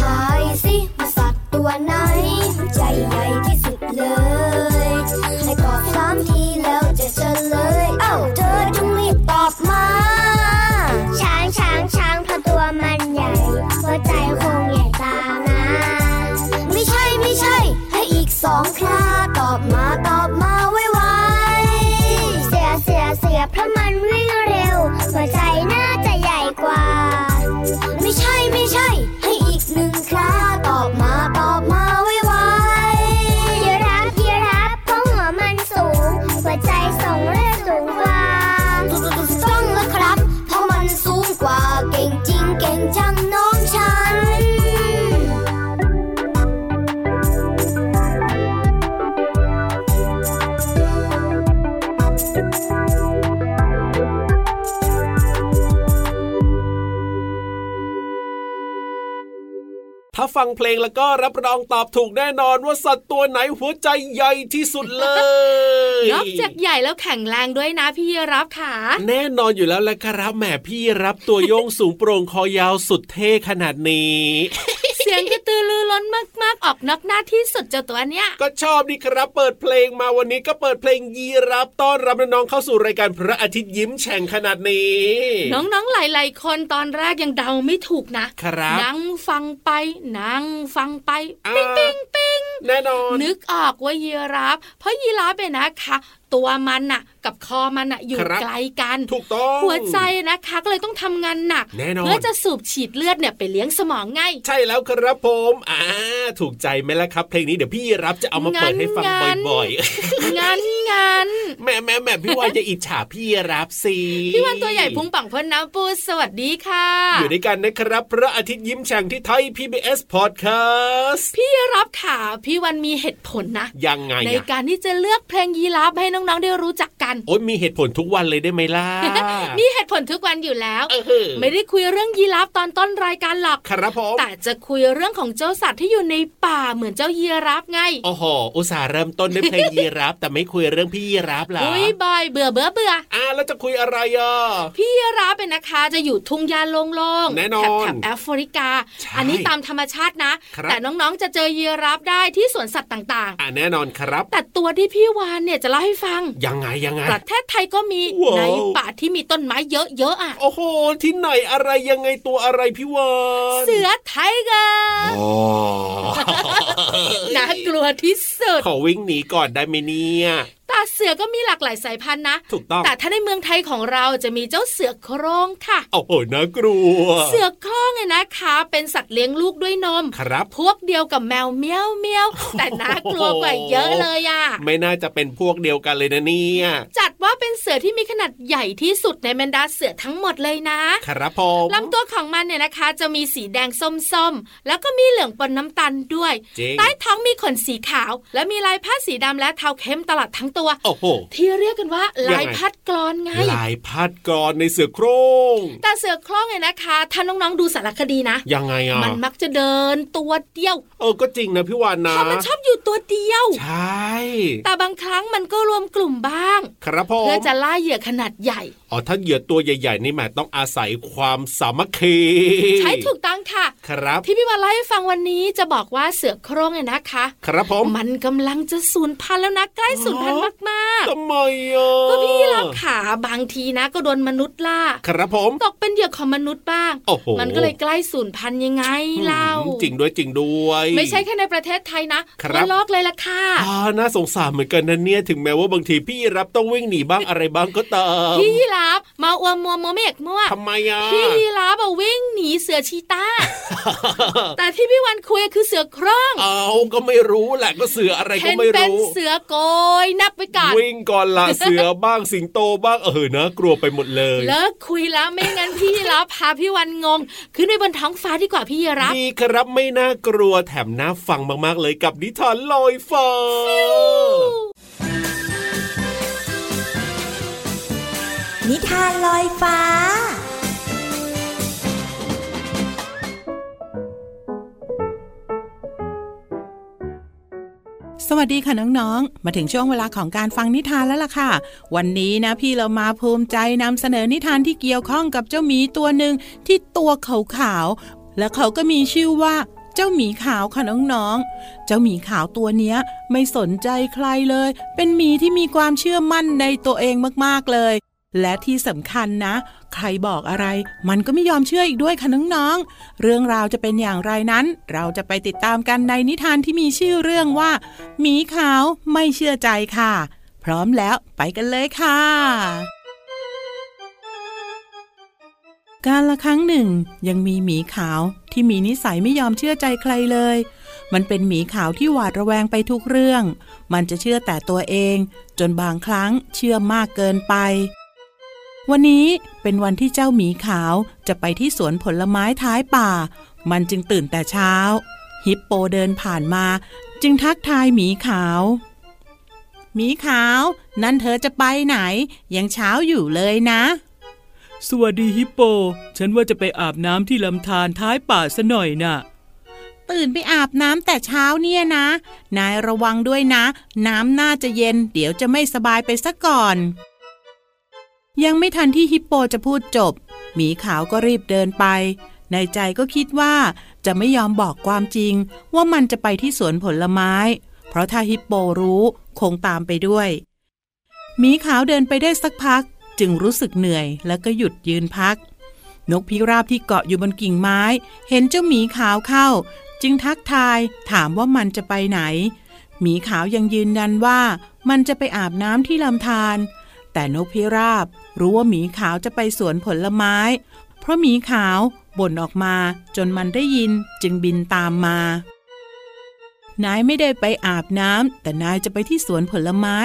ทายสิว่าสัตว์ตัวไหน ใจใหญ่ที่สุดเลยให้ตอบสามทีแล้วจะเฉลย เอ้าเธอจงรีบตอบมา ช้างช้างช้างเพราะตัวมันใหญ่หัวใจคงใหญ่ตามนะ ไม่ใช่ไม่ใช่ ให้อีกสองคราตอบมาตอบมาไว เสือเสือเสือเพราะมันวิ่งเร็ว หัวใจน่าจะใหญ่กว่า ๆไม่ใช่ไม่ใช่ ให้อีกหนึ่งคราตอบมาตอบมาไว ยีราฟยีราฟเพราะหัวมันสูง หัวใจส่งเลือดสูงกว่า ๆต้องแล้วครับ เพราะมันสูงกว่า เก่งจริงเก่งจังน้องฉัน ถ้าฟังเพลงแล้วก็รับรองตอบถูกแน่นอนว่าสัตว์ตัวไหนหัวใจใหญ่ที่สุดเลย นอกจากใหญ่แล้วแข็งแรงด้วยนะพี่รับค่ะ แน่นอนอยู่แล้วแหละครับแหมพี่รับตัวโยงสูงโปร่งคอยาวสุดเท่ขนาดนี้ เสียงกระตือรือร้นมากๆ ออกนอกหน้าที่สุดเจ้าตัวเนี้ย ก็ชอบดีครับ เปิดเพลงมาวันนี้ก็เปิดเพลงยีรับต้อนรับน้องๆเข้าสู่รายการพระอาทิตย์ยิ้มแฉ่งขนาดนี้ น้องๆ หลายๆ คนตอนแรกยังเดาไม่ถูกนะครับ นั่งฟังไป นั่งฟังไป อ่า ปิ้งปิ้งปิ้ง แน่นอน นึกออกว่ายีราฟเพราะยีราฟเนี่ยนะคะ ตัวมันน่ะ กับคอมันน่ะ อยู่ ครับ ไกลกัน ถูกต้อง หัวใจนะคะก็เลยต้องทำงานหนัก แน่นอน เพื่อจะสูบฉีดเลือดเนี่ยไปเลี้ยงสมองไง ใช่แล้วครับผม อ่า ถูกใจไหมล่ะครับ เพลงนี้เดี๋ยวพี่รับจะเอามาเปิดให้ฟัง งั้น บ่อย งั้นงั้น ๆ แหม่แหม่แหม่พี่วานจะอิจฉาพี่รับสิ พี่วันตัวใหญ่พุงป่องพ้นน้ำปูสวัสดีค่ะ อยู่ด้วยกันนะครับ พระอาทิตย์ยิ้มแฉ่งที่ไทย PBS Podcast พี่รับค่ะพี่วันมีเหตุผลนะ ยังไง ใน อะ การที่จะเลือกเพลงยีราฟให้น้องๆ ได้รู้จักกัน โอ๊ยมีเหตุผลทุกวันเลยได้ไหมล่ะ มีเหตุผลทุก วันอยู่แล้ว เออ ไม่ได้คุยเรื่องยีราฟตอนต้นรายการหรอก ครับผม แต่จะคุยเรื่องของเจ้าสัตว์ที่อยู่ในป่าเหมือนเจ้ายีราฟไง โอ้โห อุตส่าห์เริ่มต้นด้วยเพลงยีราฟแต่ไม่คุยเรื่องพี่ยีราฟเหรอ อุ้ยบอยเบื่อเบื่อเบื่อ อ่าแล้วจะคุยอะไรอ่ะ พี่ยีราฟเป็นนะคะจะอยู่ทุ่งหญ้าโล่งๆ แน่นอน แถบแอฟริกา ใช่ อันนี้ตามธรรมชาตินะ ครับ แต่น้องๆ จะเจอยีราฟได้ที่สวนสัตว์ต่าง อ่าแน่นอนครับ ๆ แต่ตัวที่พี่วานเนี่ยจะเล่าให้ฟัง ยังไงยังไง ประเทศไทยก็มี ว้าว ในป่าที่มีต้นไม้เยอะๆอ่ะ โอ้โห ที่ไหนอะไรยังไงตัวอะไรพี่วาน เสือไทเกอร์ โอ้ น่ากลัวที่สุด ขอวิ่งหนีก่อนได้ไหมเนี่ย แต่เสือก็มีหลากหลายสายพันธุ์นะ ถูกต้อง แต่ถ้าในเมืองไทยของเราจะมีเจ้าเสือโคร่งค่ะ โอ้โหน่ากลัว เสือโคร่งเนี่ยนะคะ เป็นสัตว์เลี้ยงลูกด้วยนม ครับ พวกเดียวกับแมวเมี้ยวเมี้ยว แต่น่ากลัวกว่าเยอะเลยอ่ะ ไม่น่าจะเป็นพวกเดียวกันเลยนะเนี่ย จัดว่าเป็นเสือที่มีขนาดใหญ่ที่สุดในบรรดาเสือทั้งหมดเลยนะ ครับผม ลำตัวของมันเนี่ยนะคะ จะมีสีแดงส้มๆ แล้วก็มีเหลืองปนน้ำตาลด้วย จริง ใต้ท้องมีขนสีขาว และมีลายผ้าสีดำและเทาเข้มตลอดทั้งตัว โอ้โห ที่เรียกกันว่าลาย ยังไง พัดกรอนไง ลายพัดกรอนในเสือโครง แต่เสือโคร่องเนี่ยนะคะ ถ้าน้องๆดูสารคดีนะ ยังไงอ่ะ มันมักจะเดินตัวเดียว เออก็จริงนะพี่วานนะ เพราะมันชอบอยู่ตัวเดียว ใช่ แต่บางครั้งมันก็รวมกลุ่มบ้าง ครับผม เพื่อจะล่าเหยื่อขนาดใหญ่ อ๋อถ้าเหยื่อตัวใหญ่ๆนี่หมายต้องอาศัยความสามัคคี ใช้ถูกต้องค่ะ ครับ ที่พี่วานเล่าให้ฟังวันนี้จะบอกว่าเสือโคร่งเนี่ยนะคะ ครับผม มันกำลังจะสูญพันธุ์แล้วนะใกล้สูญพันธุ์มาก ทำไมอ่ะ ๆก็พี่รับขาบางทีนะก็โดนมนุษย์ล่า ครับผม ตกเป็นเหยื่อของมนุษย์บ้าง โอ้โห มันก็เลยใกล้สูญพันธุ์ยังไงเล่า อืมจริงด้วยจริงด้วย ไม่ใช่แค่ในประเทศไทยนะครับ ทั่วโลกเลยล่ะค่ะ อ่าน่าสงสารเหมือนกันนะเนี่ยถึงแม้ว่าบางทีพี่รับต้องวิ่งหนีบ้างอะไรบ้างก็ตาม พี่ยีราฟมาอวมมัวโมเมกมั่ว ทำไมอ่ะ พี่ยีราฟอะวิ่งหนีเสือชี ตาแต่ที่พี่วันคุยคือเสือโคร่อง เอาก็ไม่รู้แหละก็เสืออะไรก็ เห็น ไม่ เป็น รู้ เสือโกยนับไปก่อน วิ่งก่อนละเสือบ้างสิงโตบ้างเออนะกลัวไปหมดเลย เลิกคุยแล้วไม่งั้นพี่รับพาพี่วันงง ขึ้นไปบนท้องฟ้าดีกว่าพี่รับ ดีครับไม่น่ากลัวแถมน่าฟังมากๆเลยกับนิทานลอย ยฟอ นิทานลอยฟ้า สวัสดีค่ะน้องๆ มาถึงช่วงเวลาของการฟังนิทานแล้วล่ะค่ะ วันนี้นะพี่เรามาภูมิใจนำเสนอนิทานที่เกี่ยวข้องกับเจ้าหมีตัวหนึ่งที่ตัวขาวๆ และเขาก็มีชื่อว่า เจ้าหมีขาวค่ะน้องๆ เจ้าหมีขาวตัวเนี้ยไม่สนใจใครเลย เป็นหมีที่มีความเชื่อมั่นในตัวเองมากๆเลย และที่สำคัญนะ ใครบอกอะไร มันก็ไม่ยอมเชื่ออีกด้วยค่ะน้องๆ เรื่องราวจะเป็นอย่างไรนั้น เราจะไปติดตามกันในนิทานที่มีชื่อเรื่องว่าหมีขาวไม่เชื่อใจค่ะ พร้อมแล้วไปกันเลยค่ะ การละครั้งหนึ่งยังมีหมีขาวที่มีนิสัยไม่ยอมเชื่อใจใครเลย มันเป็นหมีขาวที่หวาดระแวงไปทุกเรื่อง มันจะเชื่อแต่ตัวเอง จนบางครั้งเชื่อมากเกินไป วันนี้เป็นวันที่เจ้าหมีขาวจะไปที่สวนผลไม้ท้ายป่า มันจึงตื่นแต่เช้า ฮิปโปเดินผ่านมา จึงทักทายหมีขาว หมีขาว นั่นเธอจะไปไหน ยังเช้าอยู่เลยนะ สวัสดีฮิปโป ฉันว่าจะไปอาบน้ำที่ลำธารท้ายป่าซะหน่อยน่ะ ตื่นไปอาบน้ำแต่เช้าเนี่ยนะ นายระวังด้วยนะ น้ำน่าจะเย็น เดี๋ยวจะไม่สบายไปซะก่อน ยังไม่ทันที่ฮิปโปจะพูดจบ หมีขาวก็รีบเดินไป ในใจก็คิดว่าจะไม่ยอมบอกความจริง ว่ามันจะไปที่สวนผลไม้ เพราะถ้าฮิปโปรู้คงตามไปด้วย หมีขาวเดินไปได้สักพัก จึงรู้สึกเหนื่อยแล้วก็หยุดยืนพัก นกพิราบที่เกาะอยู่บนกิ่งไม้ เห็นเจ้าหมีขาวเข้า จึงทักทายถามว่ามันจะไปไหน หมีขาวยังยืนยันว่า มันจะไปอาบน้ำที่ลำธารแต่นกพิราบรู้ว่าหมีขาวจะไปสวนผลไม้ เพราะหมีขาวบ่นออกมาจนมันได้ยินจึงบินตามมา นายไม่ได้ไปอาบน้ำแต่นายจะไปที่สวนผลไม้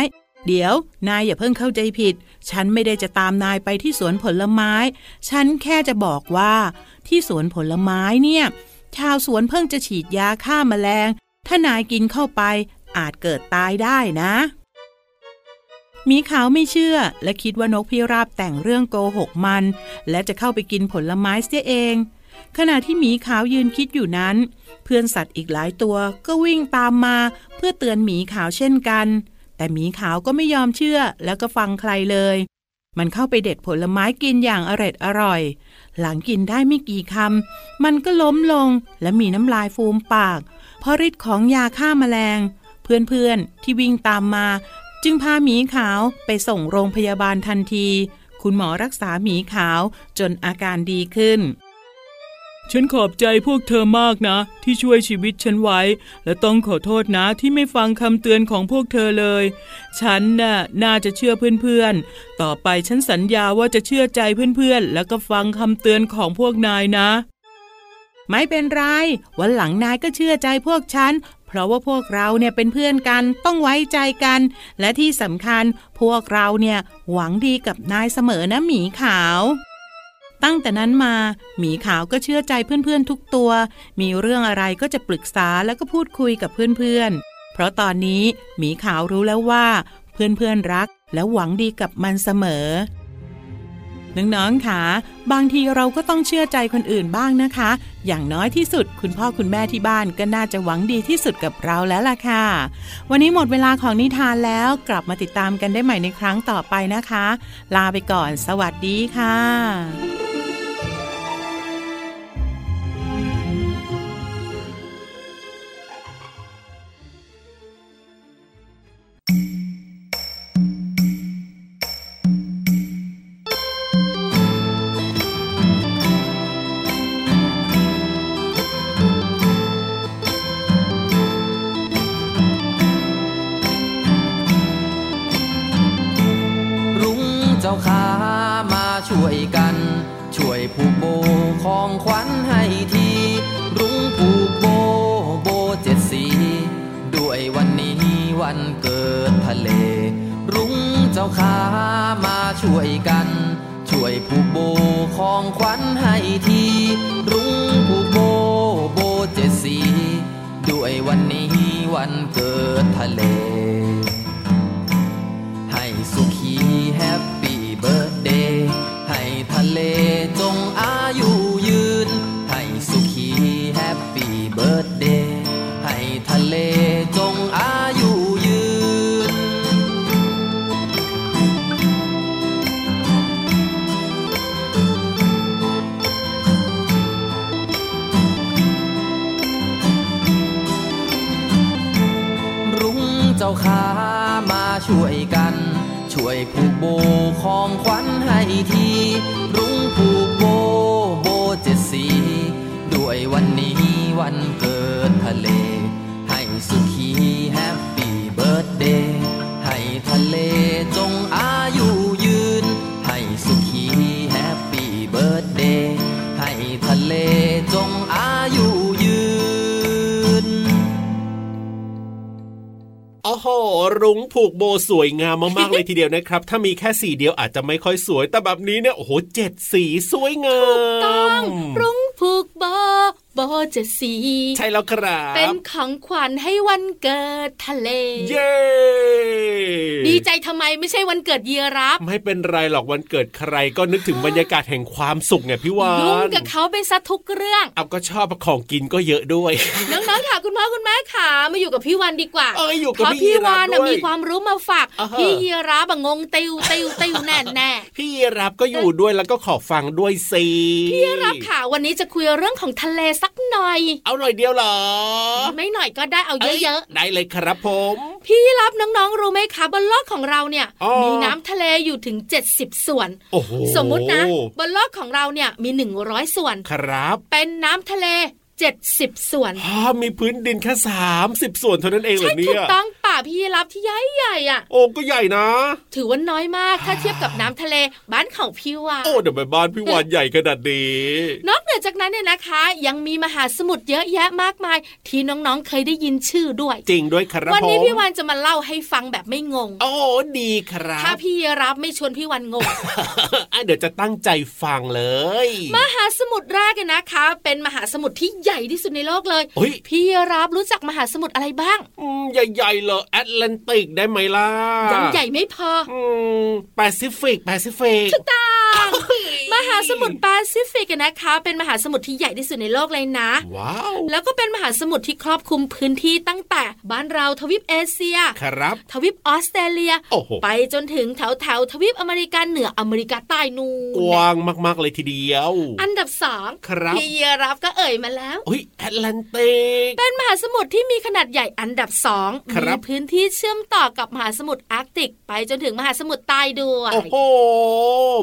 เดี๋ยว นายอย่าเพิ่งเข้าใจผิด ฉันไม่ได้จะตามนายไปที่สวนผลไม้ ฉันแค่จะบอกว่า ที่สวนผลไม้เนี่ย ชาวสวนเพิ่งจะฉีดยาฆ่าแมลง ถ้านายกินเข้าไป อาจเกิดตายได้นะหมีขาวไม่เชื่อ และคิดว่านกพิราบแต่งเรื่องโกหกมัน และจะเข้าไปกินผลไม้เสียเอง ขณะที่หมีขาวยืนคิดอยู่นั้น เพื่อนสัตว์อีกหลายตัวก็วิ่งตามมา เพื่อเตือนหมีขาวเช่นกัน แต่หมีขาวก็ไม่ยอมเชื่อแล้วก็ฟังใครเลย มันเข้าไปเด็ดผลไม้กินอย่างอร็ดอร่อย หลังกินได้ไม่กี่คำมันก็ล้มลงและมีน้ำลายฟูมปาก เพราะฤทธิ์ของยาฆ่าแมลง เพื่อนๆที่วิ่งตามมา จึงพาหมีขาวไปส่งโรงพยาบาลทันที คุณหมอรักษาหมีขาวจนอาการดีขึ้น ฉันขอบใจพวกเธอมากนะ ที่ช่วยชีวิตฉันไว้ และต้องขอโทษนะที่ไม่ฟังคำเตือนของพวกเธอเลย ฉันน่ะน่าจะเชื่อเพื่อนๆ ต่อไปฉันสัญญาว่าจะเชื่อใจเพื่อนๆ แล้วก็ฟังคำเตือนของพวกนายนะ ไม่เป็นไร วันหลังนายก็เชื่อใจพวกฉัน เพราะว่าพวกเราเนี่ยเป็นเพื่อนกันต้องไว้ใจกัน และที่สำคัญพวกเราเนี่ยหวังดีกับนายเสมอนะหมีขาว ตั้งแต่นั้นมา หมีขาวก็เชื่อใจเพื่อนๆทุกตัว มีเรื่องอะไรก็จะปรึกษาแล้วก็พูดคุยกับเพื่อนๆ เพราะตอนนี้หมีขาวรู้แล้วว่า เพื่อนๆรักและหวังดีกับมันเสมอ น้องๆค่ะ บางทีเราก็ต้องเชื่อใจคนอื่นบ้างนะคะ อย่างน้อยที่สุด คุณพ่อคุณแม่ที่บ้านก็น่าจะหวังดีที่สุดกับเราแล้วล่ะค่ะ วันนี้หมดเวลาของนิทานแล้วกลับมาติดตามกันได้ใหม่ในครั้งต่อไปนะคะ ลาไปก่อน สวัสดีค่ะ รุ้งเจ้าขามาช่วยกัน ช่วยผูกโบของขวัญให้ที รุ้งผูกโบโบเจ็ดสี ด้วยวันนี้วันเกิดทะเล รุ้งเจ้าขามาช่วยกัน ช่วยผูกโบของขวัญให้ที รุ้งผูกโบโบเจ็ดสี ด้วย วันนี้วันเกิดทะเล ให้สุขีแฮปปี้เบิร์ดเดย์ให้ทะเลจงอายุยืน ให้สุขีแฮปปี้เบิร์ดเดย์ให้ทะเลจงอายุยืน รุ้งเจ้าขามาช่วยกัน ช่วยผูกโบของขวัญให้ที รุ้งผูกโบโบเจ็ดสี ด้วยวันนี้วันเกิดทะเล ให้สุขีแฮปปี้เบิร์ดเดย์ให้ทะเลจงอายุยืน ให้สุขีแฮปปี้เบิร์ดเดย์ให้ทะเลจงอายุยืน โอ้โห รุ้งผูกโบสวยงามมากๆ เลยทีเดียวนะครับ ถ้ามีแค่สีเดียวอาจจะไม่ค่อยสวย แต่แบบนี้เนี่ย โอ้โหเจ็ดสีสวยงาม ต้องรุ้งผูกโบโบเจ็ดสี ใช่แล้วครับ เป็นของขวัญให้วันเกิดทะเล เย้ ดีใจทำไมไม่ใช่วันเกิดเยียรับ ไม่เป็นไรหรอกวันเกิดใครก็นึกถึงบรรยากาศแห่งความสุขไงพี่วา ยุ่ง น กับเขาไปซะทุกเรื่อง เอาก็ชอบของกินก็เยอะด้วย น้องๆค่ะคุณพ่อคุณแม่ค่ะมาอยู่กับพี่วันดีกว่า เอ้ยอยู่กับ เพราะ พี่ พี่ ยีราฟ วานน่ะ ด้วย มีความรู้มาฝาก อ่าฮะ พี่เยียรับอะงงติวติวติวแน่แน่ พี่รับก็อยู่ด้วยแล้วก็ขอฟังด้วยสิ ๆพี่รับค่ะวันนี้จะคุยเรื่องของทะเลสักหน่อย เอาหน่อยเดียวเหรอ ไม่หน่อยก็ได้เอาเยอะ ได้เลยครับผม ๆ พี่รับน้องๆรู้ไหมคะบนโลกของเราเนี่ย อ๋อ มีน้ำทะเลอยู่ถึง 70 ส่วน โอ้โห สมมุตินะบนโลกของเราเนี่ยมี 100 ส่วน ครับ เป็นน้ำทะเล 70 ส่วน ฮ่ามีพื้นดินแค่30 ส่วนเท่านั้นเองเหร ใช่ อเนี่ ถู ย กต้องป่าพี่รับที่ใหญ่ใหญ่ๆอ่ะ โอ้ก็ใหญ่นะ ถือว่าน้อยมากถ้าเทียบกับน้ำทะเลบ้านของพี่วาน โอ้เดี๋ยวไปบ้านพี่วานใหญ่ขนาดนี้ นอกเหนือจากนั้นเนี่ยนะคะ ยังมีมหาสมุทรเยอะแยะมากมาย ที่น้องๆเคยได้ยินชื่อด้วย จริงด้วยครับ วันนี้ ผม พี่วานจะมาเล่าให้ฟังแบบไม่งง โอ้ดีครับ ถ้าพี่รับไม่ชวนพี่วันง ง อ่ะเดี๋ยวจะตั้งใจฟังเลย มหาสมุทรแรกเนี่ยนะคะ เป็นมหาสมุทรที่ใหญ่ที่สุดในโลกเลย เฮ้ย พี่รับรู้จักมหาสมุทรอะไรบ้าง อืมใหญ่ๆเหรอแอตแลนติกได้ไหมล่ะ ยังใหญ่ไม่พอ อืมแปซิฟิกแปซิฟิก ต่าง มหาสมุทรแปซิฟิกเนี่ยนะคะ เป็นมหาสมุทรที่ใหญ่ที่สุดในโลกเลยนะ ว้าว แล้วก็เป็นมหาสมุทรที่ครอบคลุมพื้นที่ตั้งแต่บ้านเราทวีปเอเชีย ครับ ทวีปออสเตรเลีย โอ้โห ไปจนถึงแถวแถวๆทวีปอเมริกาเหนืออเมริกาใต้นู ก่ ว้าน งมากๆเลยทีเดียว อันดับสอง ครับ พี่เยรับก็เอ่ยมาแล้ว เฮ้ยแอตแลนติก เป็นมหาสมุทรที่มีขนาดใหญ่อันดับสอง ครั มี บ พื้นที่เชื่อมต่อกับมหาสมุทรอาร์กติก ไปจนถึงมหาสมุทรใต้ด้วย โอ้โห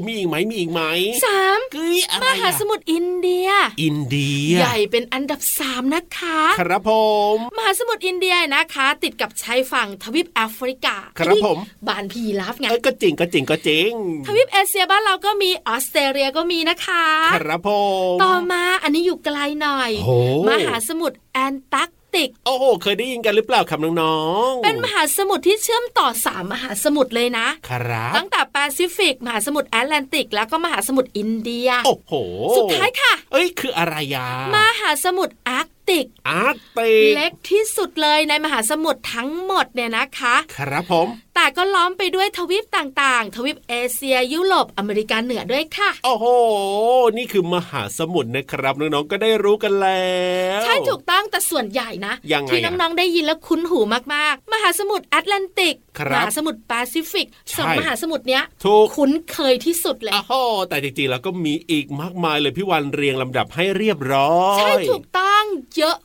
มีอีกไหมมีอีกไหม สาม กึ้ยอะไร ม อะ หาสมุทรอินเดีย อินเดีย ใหญ่เป็นอันดับสามนะคะ ครับผม มหาสมุทรอินเดียนะคะ ติดกับชายฝั่งทวีปแอฟริกา ครับผม บานพีลาฟไง เอ้ยก็จริงก็จริงก็จริง ทวีปเอเชียบ้านเราก็มีออสเตรเลียก็มีนะคะ ครับผม ต่อมาอันนี้อยู่ไกลหน่อย โอ้โห มหาสมุทรแอนตาร์กติก โอ้โห เคยได้ยินกันหรือเปล่าครับน้องๆ เป็นมหาสมุทรที่เชื่อมต่อสามมหาสมุทรเลยนะ ครับ ตั้งแต่แปซิฟิก มหาสมุทรแอตแลนติก แล้วก็มหาสมุทรอินเดีย โอ้โห สุดท้ายค่ะ เอ้ย คืออะไรยาม หาสมุทรอาร์กติก อาร์ติ เล็กที่สุดเลยในมหาสมุทรทั้งหมดเนี่ยนะคะ ครับผม แต่ก็ล้อมไปด้วยทวีปต่างๆ ทวีปเอเชีย ยุโรปอเมริกาเหนือด้วยค่ะ โอ้โห นี่คือมหาสมุทรนะครับ น้องๆ ก็ได้รู้กันแล้ว ใช่ถูกต้องแต่ส่วนใหญ่นะ ยังไง ที่น้องๆได้ยินแล้วคุ้นหูมากๆ มหาสมุทรแอตแลนติก ครับ มหาสมุทรแปซิฟิก ใช่ สองมหาสมุทรเนี้ย ถูก คุ้นเคยที่สุดเลย โอ้โหแต่จริงๆ แล้วก็มีอีกมากมายเลยพี่วันเรียงลำดับให้เรียบร้อย ใช่ถูกต้องเยอะ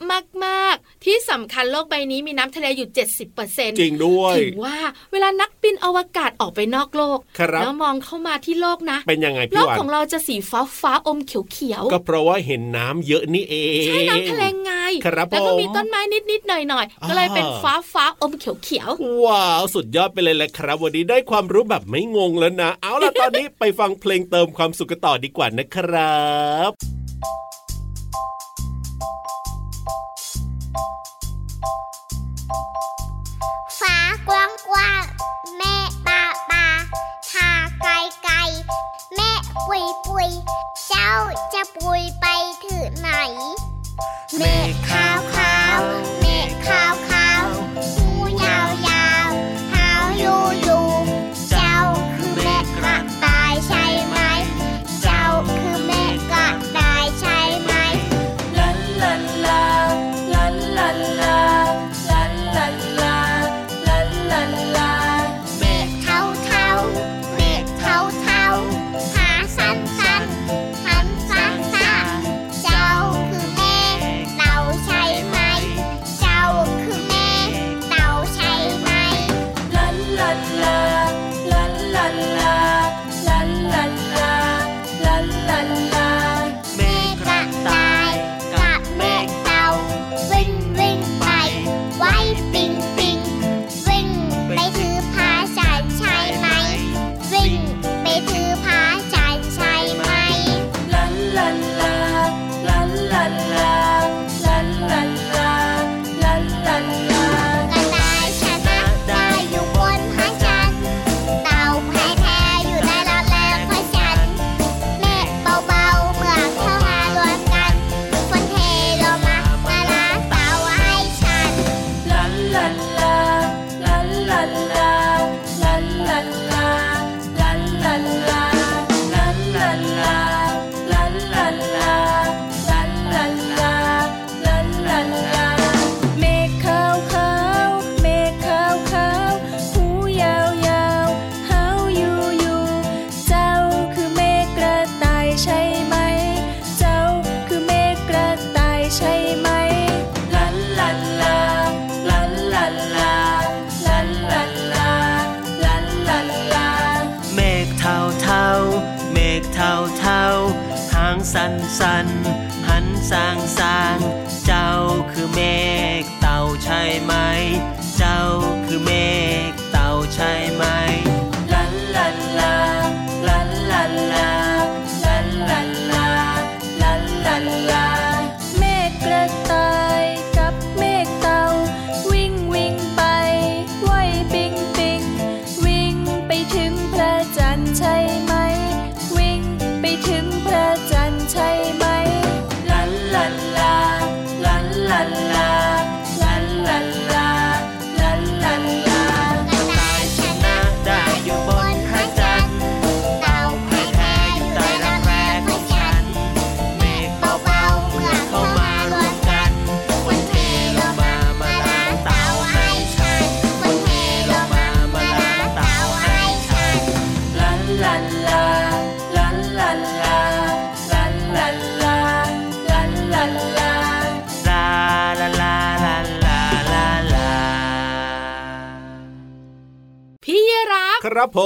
มากๆ ที่สำคัญโลกใบนี้มีน้ำทะเลอยู่ 70% จริงด้วย ถึงว่าเวลานักบินอวกาศออกไปนอกโลก ครับ แล้วมองเข้ามาที่โลกนะ เป็นยังไง โล พี่ ก วัน ของเราจะสีฟ้าฟ้าๆอมเขียวเขียวๆ ก็เพราะว่าเห็นน้ำเยอะนี่เอง ใช่น้ำทะเลไง ครับ แล้วก็มี ผม ต้นไม้นิดนิดๆหน่อยหน่อยๆ ก็เลย อ่า เป็นฟ้าฟ้าๆอมเขียวเขียวๆ ว้าว สุดยอดไปเลยแหละครับ วันนี้ได้ความรู้แบบไม่งงแล้วนะ เอาล่ะ ตอนนี้ไปฟังเพลงเติมความสุขกันต่อดีกว่านะครับ ฟ้ากว้างกว้างแม่ปาปาทาไกลไกลแม่ปุยปุยเจ้าจะปุยไปถึงไหน เมฆขาวขาวเมฆข างสัน หันสร้างสร้าง เจ้าคือเมฆเต่าใช่ไหม เจ้าคือเมฆเต่าใช่ไหมลันลันลาลันลันลาลันลันลาลันลันลา เมฆกระต่ายกับเมฆเต่า วิ่งวิ่งไปไหวปิงปิงวิ่งไปถึงพระจันทร์ใช่ไหม วิ่งไปถึงพระจันทร์ใช่ไหม ลันลันลา ลันลันลา ลันลันลา ลันลันลาตายชนะได้อยู่บนพระจันทร์เต่าแพ้แพ้อยู่ใต้รักแร้ของฉัน เมฆเบาๆเมื่อเข้ามารวมกันมันเทลงมามาล้างเต่าให้ฉันมันเทลงมามาล้างเต่าให้ฉัน ลันลันลา ลันลันลา ลันลันลา ลันลันลา ลาลาลาลาลาลาลา พี่รัก ครับผ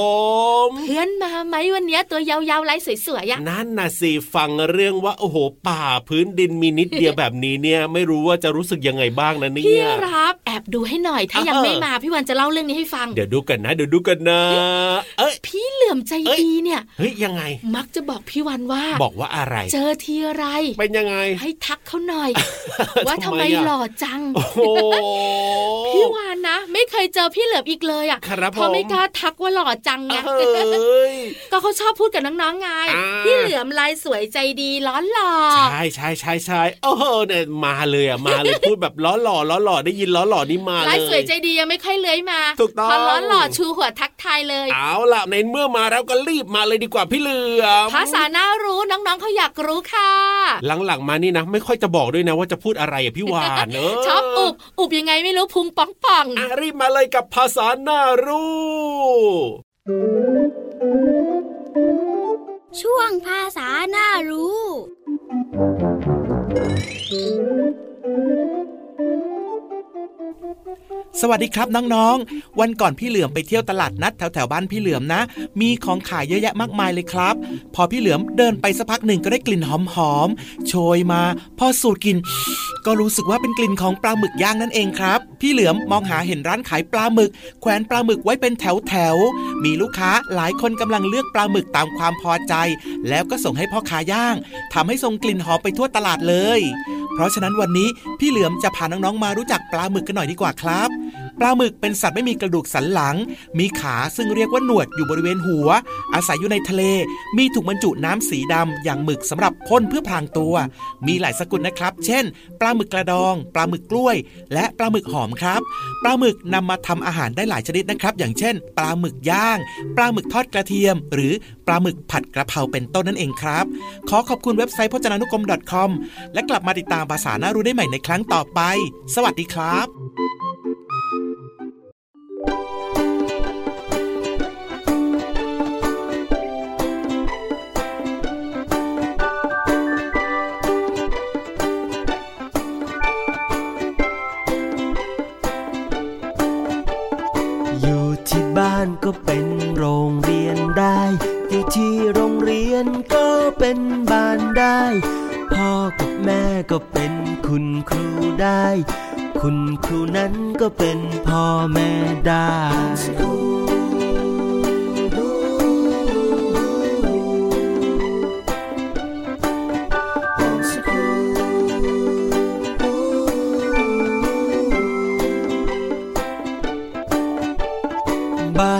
ม เพื่อนมาไหมวันเนี้ยตัวยาวๆลายสวยๆอะ นั่นน่ะสิฟังเรื่องว่าโอ้โหป่าพื้นดินมีนิดเดียวแบบนี้เนี่ย ไม่รู้ว่าจะรู้สึกยังไงบ้างนะเนี่ พี่ ย รับแอบดูให้หน่อยถ้ายัง เออ ไม่มาพี่วันจะเล่าเรื่องนี้ให้ฟัง เดี๋ยวดูกันนะ เดี๋ยวดูกันนะ เอ้ย พี่เหลื่อมใจ เอ้ย ดีเนี่ย เฮ้ยยังไง มักจะบอกพี่วันว่า บอกว่าอะไร เจอทีไร เป็นยังไง ให้ทักเขาห น่อย ว่าทำ ทำไม ไม อะ หล่อจัง โอ้โห พี่วานนะ ไม่เคยเจอพี่เหลือบอีกเลยอ่ะ ครับ เพราะ ผม ไม่กล้าทักว่าหล่อจังไง เอ้ย ก็เขาชอบพูดกับน้องๆไง อ่า พี่เหลือมลายสวยใจดีร้อนหล่อ ใช่ใช่ใช่ใช่โอ้โหเนี่ยมาเลยอ่ะมา เลยพูดแบบล้อหล่อล้อหล่อได้ยินล้อหล่อนี่มา ลาย เล สวย ย ใจดียังไม่ค่อยเลื้อยมา ถูกต้อง พอร้อนหล่อชูหัวทักทายเลย เอาล่ะในเมื่อมาแล้วก็รีบมาเลยดีกว่าพี่เหลือม ภาษาน่ารู้น้องๆเขาอยากรู้ค่ะ หลังๆมานี่นะ ไม่ค่อยจะบอกด้วยนะว่าจะพูดอะไรอะพี่วานเออ ชอบอุบอุบยังไงไม่รู้พุงป่องป่อง อ่ะรีบมาเลยกับภาษาหน้ารู้ ช่วงภาษาหน้ารู้ สวัสดีครับน้องๆ วันก่อนพี่เหลือมไปเที่ยวตลาดนัดแถวๆบ้านพี่เหลือมนะ มีของขายเยอะแยะมากมายเลยครับ พอพี่เหลือมเดินไปสักพักหนึ่งก็ได้กลิ่นหอมๆ โชยมา พอสูดกลิ่น ก็รู้สึกว่าเป็นกลิ่นของปลาหมึกย่างนั่นเองครับ พี่เหลือมมองหาเห็นร้านขายปลาหมึก แขวนปลาหมึกไว้เป็นแถวๆ มีลูกค้าหลายคนกำลังเลือกปลาหมึกตามความพอใจ แล้วก็ส่งให้พ่อค้าย่างทำให้ส่งกลิ่นหอมไปทั่วตลาดเลย เพราะฉะนั้นวันนี้พี่เหลือมจะพาน้องๆมารู้จักปลาหมึกกันหน่อยดีกว่าครับ ปลาหมึกเป็นสัตว์ไม่มีกระดูกสันหลัง มีขาซึ่งเรียกว่าหนวดอยู่บริเวณหัว อาศัยอยู่ในทะเล มีถุงบรรจุน้ำสีดำอย่างหมึกสำหรับพ่นเพื่อพรางตัว มีหลายสกุลนะครับ เช่น ปลาหมึกกระดอง ปลาหมึกกล้วย และปลาหมึกหอมครับ ปลาหมึกนำมาทำอาหารได้หลายชนิดนะครับ อย่างเช่น ปลาหมึกย่าง ปลาหมึกทอดกระเทียม หรือปลาหมึกผัดกระเพราเป็นต้นนั่นเองครับ ขอขอบคุณเว็บไซต์พจนานุกรม .com และกลับมาติดตามภาษาหน้ารู้ได้ใหม่ในครั้งต่อไป สวัสดีครับ อยู่ที่บ้านก็เป็นโรงเรียนได้ อยู่ที่โรงเรียนก็เป็นบ้านได้ พ่อกับแม่ก็เป็นคุณครูได้ คุณครูนั้นก็เป็นพ่อแม่ได้ บ้า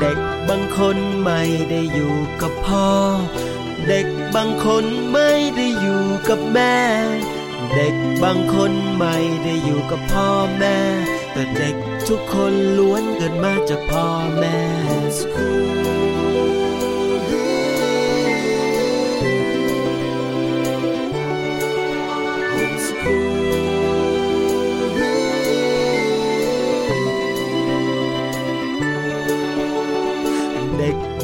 เด็กบางคนไม่ได้อยู่กับพ่อ เด็กบางคนไม่ได้อยู่กับแม่ เด็กบางคนไม่ได้อยู่กับพ่อแม่ แต่เด็กทุกคนล้วนเกิดมาจากพ่อแม่ อ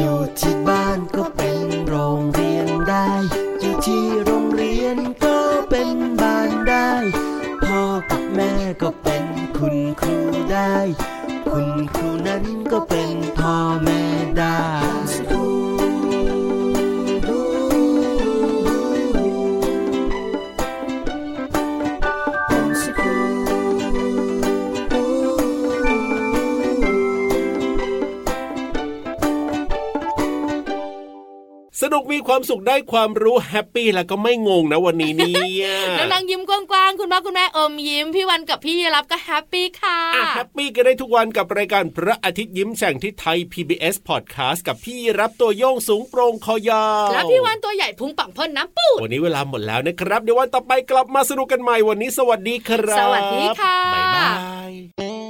อยู่ที่บ้านก็เป็นโรงเรียนได้ อยู่ที่โรงเรียนก็เป็นบ้านได้ พ่อกับแม่ก็เป็นคุณครูได้ คุณครูนั้นก็เป็นพ่อแม่ได้ สนุกมีความสุขได้ความรู้แฮปปี้แล้วก็ไม่งงนะวันนี้เนี่ย แล้วนางยิ้มกว้างๆ คุณพ่อคุณแม่อมยิ้ม พี่วันกับพี่รับก็แฮปปี้ค่ะ อ่ะแฮปปี้กันได้ทุกวันกับรายการพระอาทิตย์ยิ้มแฉ่งที่ไทย PBS Podcast กับพี่รับตัวโยงสูงโปร่งคอยาว แล้วพี่วันตัวใหญ่พุงป่องพ่นน้ำปูด วันนี้เวลาหมดแล้วนะครับ เดี๋ยววันต่อไปกลับมาสนุกกันใหม่วันนี้ สวัสดีครับ สวัสดีค่ะ บ๊ายบาย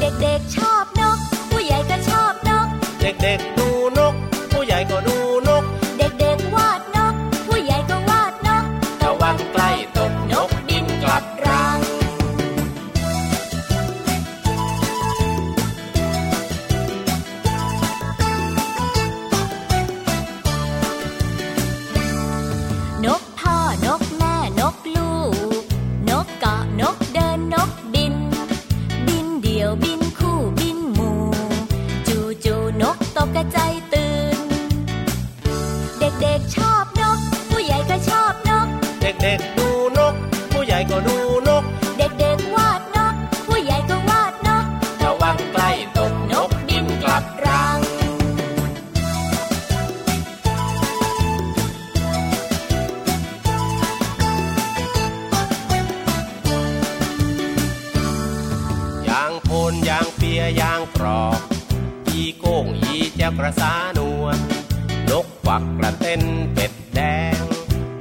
เด็กๆชอบนก ผู้ใหญ่ก็ชอบนก เด็กๆดูนก ผู้ใหญ่ก็ดูนก เด็กๆวาดนก ผู้ใหญ่ก็วาดนก ระวังใกล้ตกนกบินกลับรัง นกพ่อนกแม่นกลูก นกเกาะนกเดินนกบิน บินเดี่ยวบินคู่บินหมู่ จูจูๆนกตกกระจายตื่น เด็กๆชอบนก ผู้ใหญ่ก็ชอบนก เด็กๆดูนก ผู้ใหญ่ก็ดูนก เด็กๆวาดนก ผู้ใหญ่ก็วาดนก ระวังใกล้ตกนกบินกลับรัง ยางโพนยางเปียยางกรอก อีโก้งอีแจวกระสานวลนกควักกระเต้นเป็ดแดง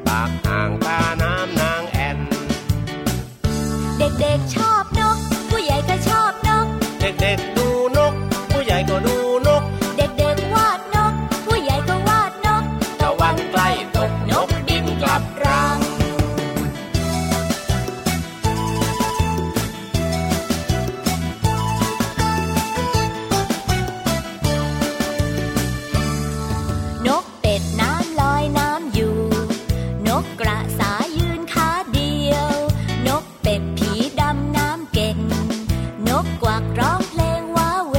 ปากอ่างตาน้ำนางแอน เด็กๆชอบนก ผู้ใหญ่ก็ชอบนก เด็กๆดูนก ผู้ใหญ่ก็ดูนก เด็กๆวาดนก ผู้ใหญ่ก็วาดนก ตะวันใกล้ตกนกบินกลับรัง นกเป็ดน้ำลอยน้ำอยู่ นกกระสายืนขาเดียว นกเป็ดผีดำน้ำเก่ง นกกวักร้องเพลงว้าเหว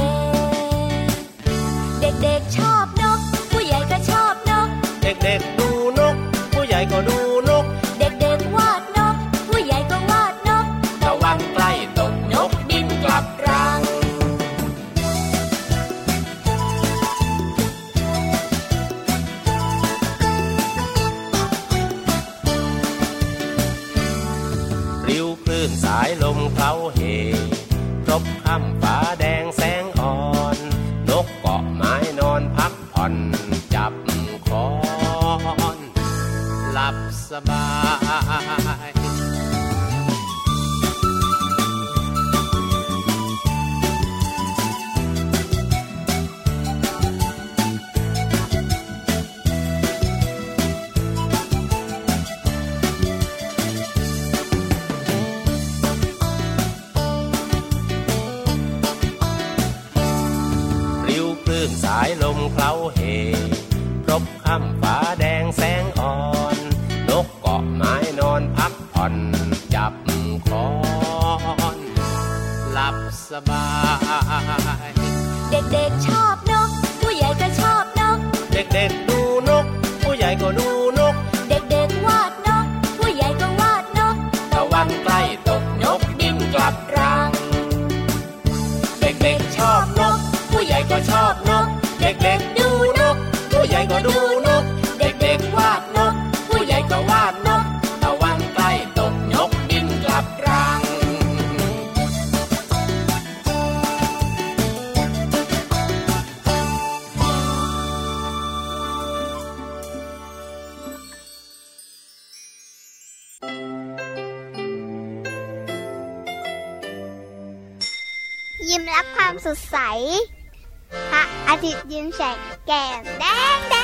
เด็กๆชอบนก ผู้ใหญ่ก็ชอบนก เด็กๆดูนก ผู้ใหญ่ก็ดูนก เด็กๆวาดนก ผู้ใหญ่ก็วาดนก ตะวันใกล้ตกนกบินกลับรัง ริ้วคลื่นสายลมเคล้าเหครบค่ำฟ้าแดงแสงอ่อน นกเกาะไม้นอนพักผ่อนจับคอน หลับ บสบายริ้วคลื่นสายลมเคล้าเหพรบค่ำฟ้าแดงแสงอ่อน นกเกาะไม้นอนพักผ่อน จับคอนหลับสบาย เด็กๆชอบนก ผู้ใหญ่ก็ชอบนก เด็กๆดูนก ผู้ใหญ่ก็ดูนก เด็กๆวาดนก ผู้ใหญ่ก็วาดนก ตะวันใกล้ตกนกบินกลับรัง เด็กๆชอบนก ผู้ใหญ่ก็ชอบนก เด็กๆดูนก ผู้ใหญ่ก็ดูนก เด็กๆวาดนก ผู้ใหญ่ก็วาดนก ตะวันใกล้ตกนกบินกลับรัง ยิ้มรับความสดใส พระอาทิตย์ยิ้มแฉกแก้มแดงแด